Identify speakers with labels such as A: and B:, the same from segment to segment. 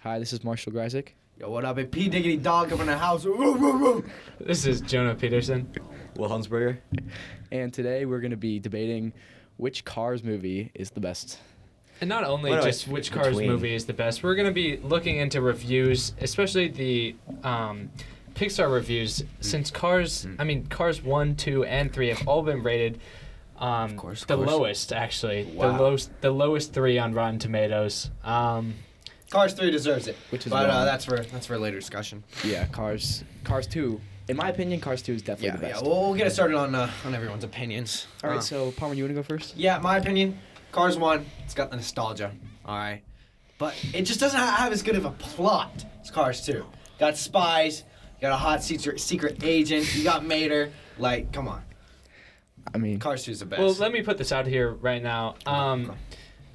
A: Hi, this is Marshall Greisick.
B: Yo, what up? It's P Diggity Dog up in the house.
C: This is Jonah Peterson.
D: Will Hunsberger.
A: And today we're going to be debating which Cars movie is the best.
C: And not only
D: Wait, wait,
C: just which Cars
D: between.
C: movie is the best, we're going to be looking into reviews, especially the um, Pixar reviews, since Cars,
B: Mm-hmm.
C: I mean, Cars 1, 2, and 3 have all been rated. Um,
B: Of course, of
C: the
B: course.
C: lowest actually,
B: Wow.
C: the lowest, the lowest three on Rotten Tomatoes. Um,
B: Cars 3 deserves it.
A: Which is
B: but uh,
A: wrong.
B: that's for that's for later discussion.
A: Yeah, Cars. Cars 2. In my opinion, Cars 2 is definitely
B: Yeah,
A: the
B: yeah.
A: best.
B: We'll, we'll get it started on uh, on everyone's opinions.
A: All right,
B: Uh,
A: so Palmer, you want to go first?
B: yeah, my opinion, Cars 1, it's got the nostalgia. All right. But it just doesn't ha- have as good of a plot as Cars 2. Got spies, you got a hot secret, secret agent, you got Mater. Like, come on.
A: I mean,
B: Cars 2 is the best.
C: well, let me put this out here right now. Um,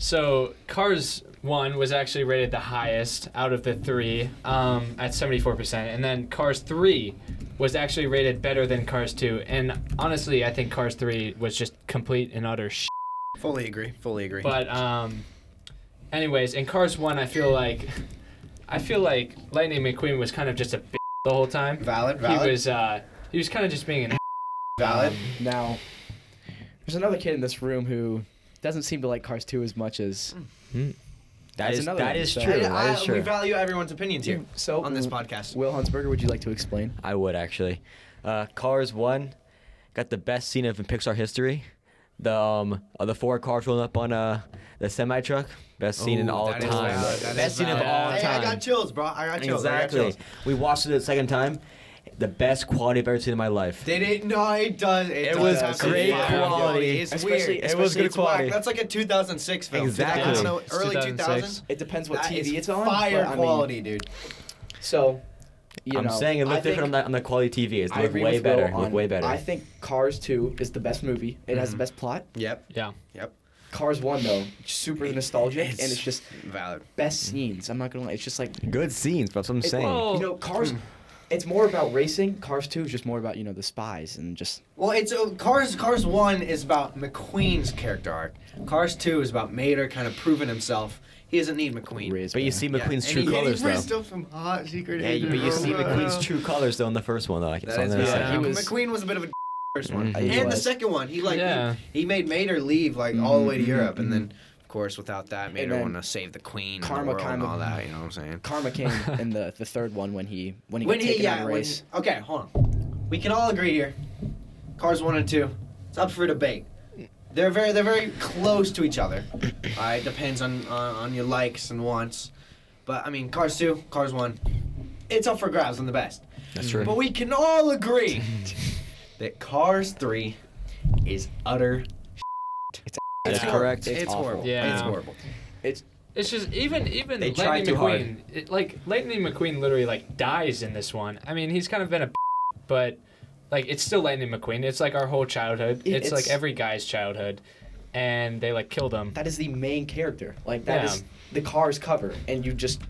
C: So Cars One was actually rated the highest out of the three um, at seventy four percent, and then Cars Three was actually rated better than Cars Two. And honestly, I think Cars Three was just complete and utter sh.
B: fully agree. Fully agree.
C: But um, anyways, in Cars One, I feel like I feel like Lightning McQueen was kind of just a b- the whole time.
B: valid, valid,
C: He was um, uh, he was kind of just being an.
B: valid.
A: now, there's another kid in this room who doesn't seem to like Cars 2 as much as.
D: That
A: That's
D: is
A: another
D: Hmm. that
A: one,
D: is
A: so-
D: true.
B: I- I-
D: That is
B: We
D: true.
B: value everyone's opinions here
A: So,
B: on this
C: mm,
B: podcast.
A: Will Hansberger, would you like to explain?
D: I would actually. Uh, Cars one got the best scene of in Pixar history. The um uh, the four cars rolling up on uh the semi truck. Best scene in
B: Ooh,
D: all
B: that is
D: time.
B: valid, that is
D: Best scene of
B: valid.
D: all
B: Hey,
D: time.
B: I got chills, bro. I got chills. I got
D: exactly.
B: chills.
D: We watched it the second time. The best quality I've ever seen in my life.
B: They didn't. No, it does. It,
D: It
B: does
D: was
B: have some
D: great
B: fire
D: quality.
B: It's
A: Especially-
B: weird.
D: it was
B: Especially
D: good
B: it's whack.
D: quality.
B: That's like a 2006 film.
D: Exactly.
B: I don't know.
C: It's
B: Early
C: 2006.
B: 2000s.
A: It depends what
B: That
A: TV
B: is
A: it's on.
B: Fire
A: but, I mean,
B: quality, dude.
A: so, you
D: I'm
A: know,
D: saying it
A: I
D: looked different
A: think-
D: on the, on the quality TV. It
A: I
D: looked
A: agree
D: way
A: with Will
D: better. It
A: on-
D: looked way better. Mm-hmm.
A: I think Cars 2 is the best movie. It has the best plot.
B: Yep.
C: Yeah.
B: Yep.
A: Cars 1, though, super nostalgic,
B: it's-
A: and it's just
B: Valid.
A: best scenes. I'm not going to lie. It's just like,
D: Good scenes, but that's what I'm
A: it-
D: saying.
C: Well-
A: you know, Cars, it's more about racing. Cars 2 is just more about, you know, the spies and just.
B: Well, it's uh, Cars. Cars One is about McQueen's character arc. Cars Two is about Mater kind of proving himself. He doesn't need McQueen.
A: Riz,
D: but you
A: man.
D: see
B: Yeah,
D: McQueen's
B: and
D: true
B: he- and
D: colors
B: he risked
D: though.
B: up some hot secret
D: Yeah, you,
B: agent
D: but you see
B: robots.
D: McQueen's true colors though in the first one though. Like, it's
B: That
D: on
B: is
D: there,
B: valid.
D: so-
C: Yeah.
B: He
A: He was-
B: McQueen was a bit of a first one,
D: Mhm.
A: He
B: and the
A: was.
B: second one, he like he-
C: Yeah.
B: he, made Mater leave like all the way to
A: Mhm,
D: Mm-hmm.
B: Europe,
A: mhm,
B: and then of course without that, Mater
A: then
B: want to save the Queen, and the
A: karma
B: world, and
A: kinda-
B: all that. You know what I'm saying?
A: Karma came in the, the third one when he when he
B: When
A: got
B: he
A: taken out
B: yeah,
A: of
B: when,
A: race.
B: okay, hold on. We can all agree here. Cars one and two, it's up for debate. They're very they're very close to each other. all right, depends on on on your likes and wants, but I mean Cars two, Cars one, it's up for grabs on the best.
D: That's true.
B: But we can all agree that Cars 3 is utter.
D: That's
C: Yeah.
D: correct.
A: It's awful.
C: Yeah.
B: It's horrible.
C: It's just even even
D: They tried
C: Lightning
D: too hard.
C: McQueen. It, like Lightning McQueen literally like dies in this one. I mean, he's kind of been a, b- but like it's still Lightning McQueen. It's like our whole childhood.
A: It-
C: It's, like
A: it's-
C: every guy's childhood, and they like killed him.
A: That is the main character. Like that
C: Yeah.
A: is the car's cover, and you just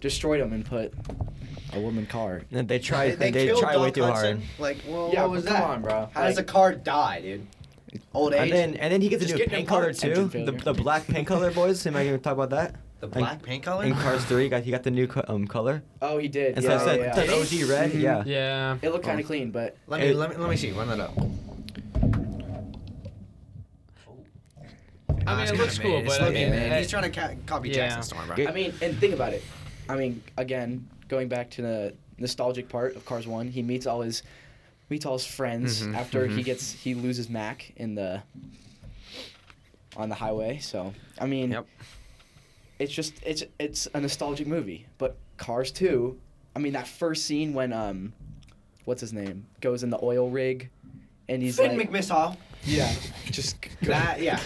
A: destroyed him and put a woman car.
D: And They try. They,
B: killed
D: try way
B: Doc
D: too hard.
B: Hudson. Like, well,
A: Yeah,
B: what was
A: but come
B: that?
A: on, bro.
B: How does a
A: Like-
B: car die, dude? Old age.
D: And then and then he gets
B: Just
D: to do a
B: getting
D: paint
B: a heart
D: color too.
A: engine
D: The,
A: failure.
D: the black paint color boys. Am I gonna talk about that?
B: the black paint color.
D: In Cars Three, got he got the new co- um color.
A: Oh, he did.
D: And
A: yeah,
D: so I
A: yeah,
D: said
A: yeah.
D: said OG red.
A: Mhm.
D: Yeah.
C: Yeah.
A: It looked kind of clean, but
B: let me
D: It-
B: let me let me see. Run that up.
C: I mean, it looks cool, but I mean,
B: man.
C: eh,
B: he's trying to ca- copy
C: yeah.
B: Jackson Storm, bro.
D: Get-
A: I mean, and think about it. I mean, again, going back to the nostalgic part of Cars One, he meets all his meets all his friends
B: Mhm,
A: after he
B: mhm.
A: gets he loses Mac in the on the highway. So I mean,
B: Yep.
A: it's just it's it's a nostalgic movie. But Cars Two, I mean, that first scene when um, what's his name goes in the oil rig, and he's
B: Finn
A: like,
B: McMissile.
A: yeah, just g- goes-
B: That yeah.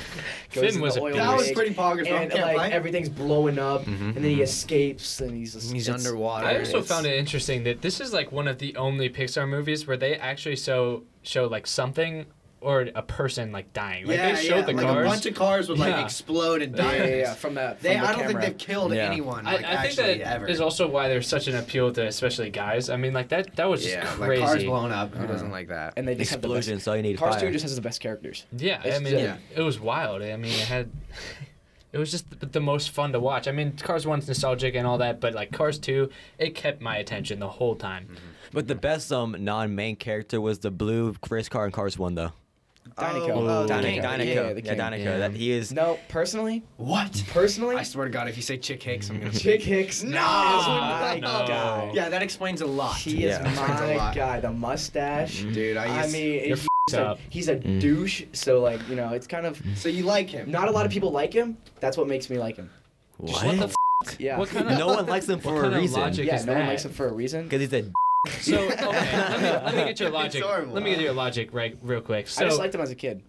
A: goes
C: Finn
A: in
C: was
A: the
C: a
A: oil
C: beast. Mm-hmm,
B: That was
A: rig,
B: pretty poggers, bro.
A: And
B: Can't
A: like
B: lie.
A: everything's blowing up,
D: Mhm,
A: and then he
D: mhm.
A: escapes, and he's just,
B: He's
A: it's-
B: underwater.
C: I also
B: It's-
C: found it interesting that this is like one of the only Pixar movies where they actually show show like something or a person like dying. Like they showed the
B: like
C: cars.
B: a bunch of cars would like
C: Yeah.
B: explode and
A: Yeah,
B: die.
A: yeah, yeah, yeah, From that,
B: They,
A: from the
B: I don't think
A: camera.
B: they've killed
D: Yeah.
B: anyone
C: I,
B: like
C: I think
B: actually
C: that is
B: ever.
C: also why there's such an appeal to especially guys. I mean, like that that was just
B: yeah,
C: crazy.
B: like cars blown up. Who
D: Uh-huh.
B: doesn't like that?
A: and they just have the best-
D: Explosions. All you need.
A: Cars
D: fire.
A: Two just has the best characters.
C: Yeah, I
A: It's-
C: mean,
A: yeah.
C: it was wild. I mean, it had. it was just the, the most fun to watch. I mean, Cars One's nostalgic and all that, but like Cars Two, it kept my attention the whole time.
D: But the best um non-main character was the blue race car in Cars One though.
A: Danico.
B: Oh, oh,
A: Danico.
B: King.
D: Donico, Donico,
A: Yeah,
D: yeah,
A: the king.
D: Donico.
C: Yeah.
D: That he is.
A: No, personally,
B: What?
A: personally,
B: I swear to God, if you say chick Hicks, I'm gonna.
A: Chick Hicks.
B: No!
A: is my
C: No.
A: guy.
B: Yeah, that explains a lot.
A: He is
D: Yeah.
B: That explains a
A: my
B: lot.
A: guy. The mustache.
B: Dude, I,
A: I,
B: used,
A: mean,
C: Mm-hmm. You're
A: he's,
C: f***ed
A: a,
C: up. Mm. Mm-hmm.
A: he's a douche. So like, you know, it's kind of
B: So you like him?
A: not a lot of people like him. That's what makes me like him.
C: Just what the f-
A: Yeah.
C: What kind of
D: no one likes him
C: what
D: for
C: kind
D: a
C: of
D: reason.
C: logic
A: yeah,
C: is
A: no
C: that?
A: one likes him for a reason.
D: Because he's a. d-
C: So okay, let me, let me get your logic.
B: horrible.
C: Let me get your logic right real quick. So
A: I just liked him as a kid.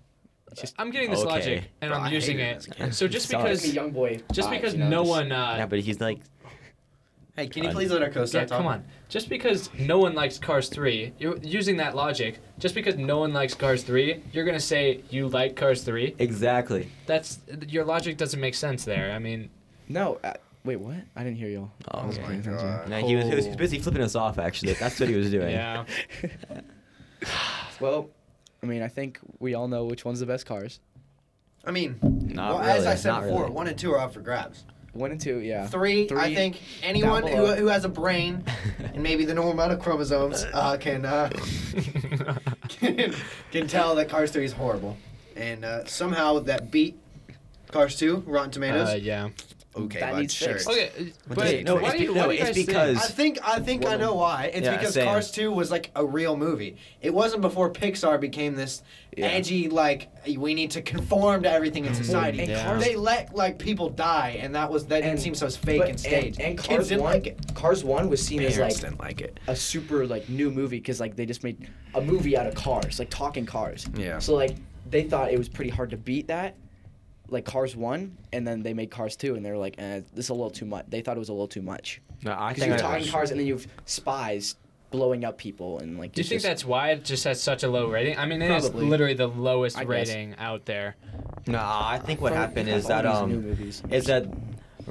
C: I'm getting this
D: Okay.
C: logic and
B: Bro,
C: I'm
B: I
C: using
B: hated him as
C: it.
B: a kid.
C: So just
D: Sorry.
A: Gives me
C: because
A: young boy.
C: just
A: vibes,
C: because
A: you know,
C: no
A: just-
C: one uh,
D: Yeah, but he's like.
B: Hey, can you
A: Uh,
B: please let our co-star
C: yeah,
B: talk?
C: come on. Just because no one likes Cars 3, you're using that logic, just because no one likes Cars 3, you're going to say you like Cars 3?
D: Exactly.
C: That's your logic doesn't make sense there. I mean,
A: No. Uh, wait, what? I didn't hear y'all.
D: Oh
A: I wasn't
D: my
A: paying attention.
B: God.
D: No, he was, he was
C: Oh.
D: busy flipping us off. Actually, that's what he was doing.
C: yeah.
A: Well, I mean, I think we all know which one's the best cars.
B: I mean,
D: Not
B: well, as
D: really,
B: I said
D: not
B: before,
D: really.
B: one and two are up for grabs.
A: One and two, yeah.
B: Three, I
A: Three
B: think anyone
A: down
B: who,
A: below.
B: who has a brain and maybe the normal amount of chromosomes uh, can, uh, can can tell that Cars Three is horrible, and uh, somehow that beat Cars Two, Rotten Tomatoes.
C: uh, yeah.
B: okay,
A: that
B: bud,
A: needs
B: sure.
A: fixed.
C: Okay,
B: but
C: but
B: no,
C: why
D: it's
C: do you, why
D: be- no,
C: do you
D: it's
C: guys think-
D: because-
B: I think I think I know why. It's
D: Yeah,
B: because
D: same.
B: Cars 2 was like a real movie. It wasn't before Pixar became this
A: Yeah.
B: edgy like we need to conform to everything
D: Mm-hmm.
B: in society.
A: and Cars-
B: They let like people die, and that was that didn't
A: And-
B: seem so fake
A: but-
B: and staged.
A: And, and
B: Kids
A: Cars
B: didn't
A: One,
B: like it.
A: Cars One was seen as like
B: didn't like it.
A: a super like new movie because like they just made a movie out of cars, like talking cars.
B: Yeah.
A: So like they thought it was pretty hard to beat that, like Cars One, and then they made Cars Two, and they were like, eh, this is a little too much. They thought it was a little too much
D: No, I
A: because
D: think.
A: you're
D: I-
A: talking cars, and then you've spies blowing up people, and like.
C: Do you
A: it's
C: think
A: just-
C: that's why it just has such a low rating? I mean, it is
A: Probably.
C: literally the lowest
A: I guess.
C: rating out there.
D: No, I think what
A: Fuck,
D: happened
A: all
D: is that
A: these
D: um,
A: new movies.
D: is that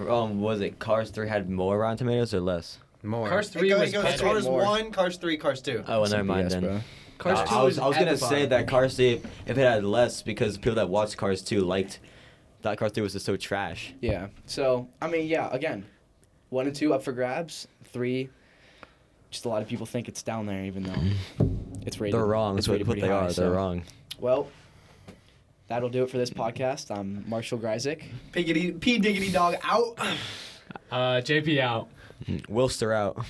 D: um, was it Cars Three had more Rotten Tomatoes or less?
B: More.
C: Cars
B: It
C: 3
B: goes-
C: was
B: it goes
C: better.
B: Cars
A: More.
B: 1, Cars 3, Cars 2.
D: Oh, well, never mind
A: CBS,
D: then.
A: bro.
C: Cars
D: No,
C: 2
D: I was
C: is
D: I was gonna
C: amplified.
D: say that Cars Three, if it had less, because people that watched Cars Two liked, that Cars Three was just so trash.
A: Yeah. So I mean, yeah. Again, one and two up for grabs. Three, just a lot of people think it's down there, even though it's rated.
D: They're wrong.
A: it's
D: That's what,
A: rated
D: what
A: pretty
D: they
A: high,
D: are.
A: so-
D: They're wrong.
A: Well, that'll do it for this podcast. I'm Marshall Greisick.
B: Piggity, P Diggity Dog out.
C: Uh, JP out.
D: Wilster out.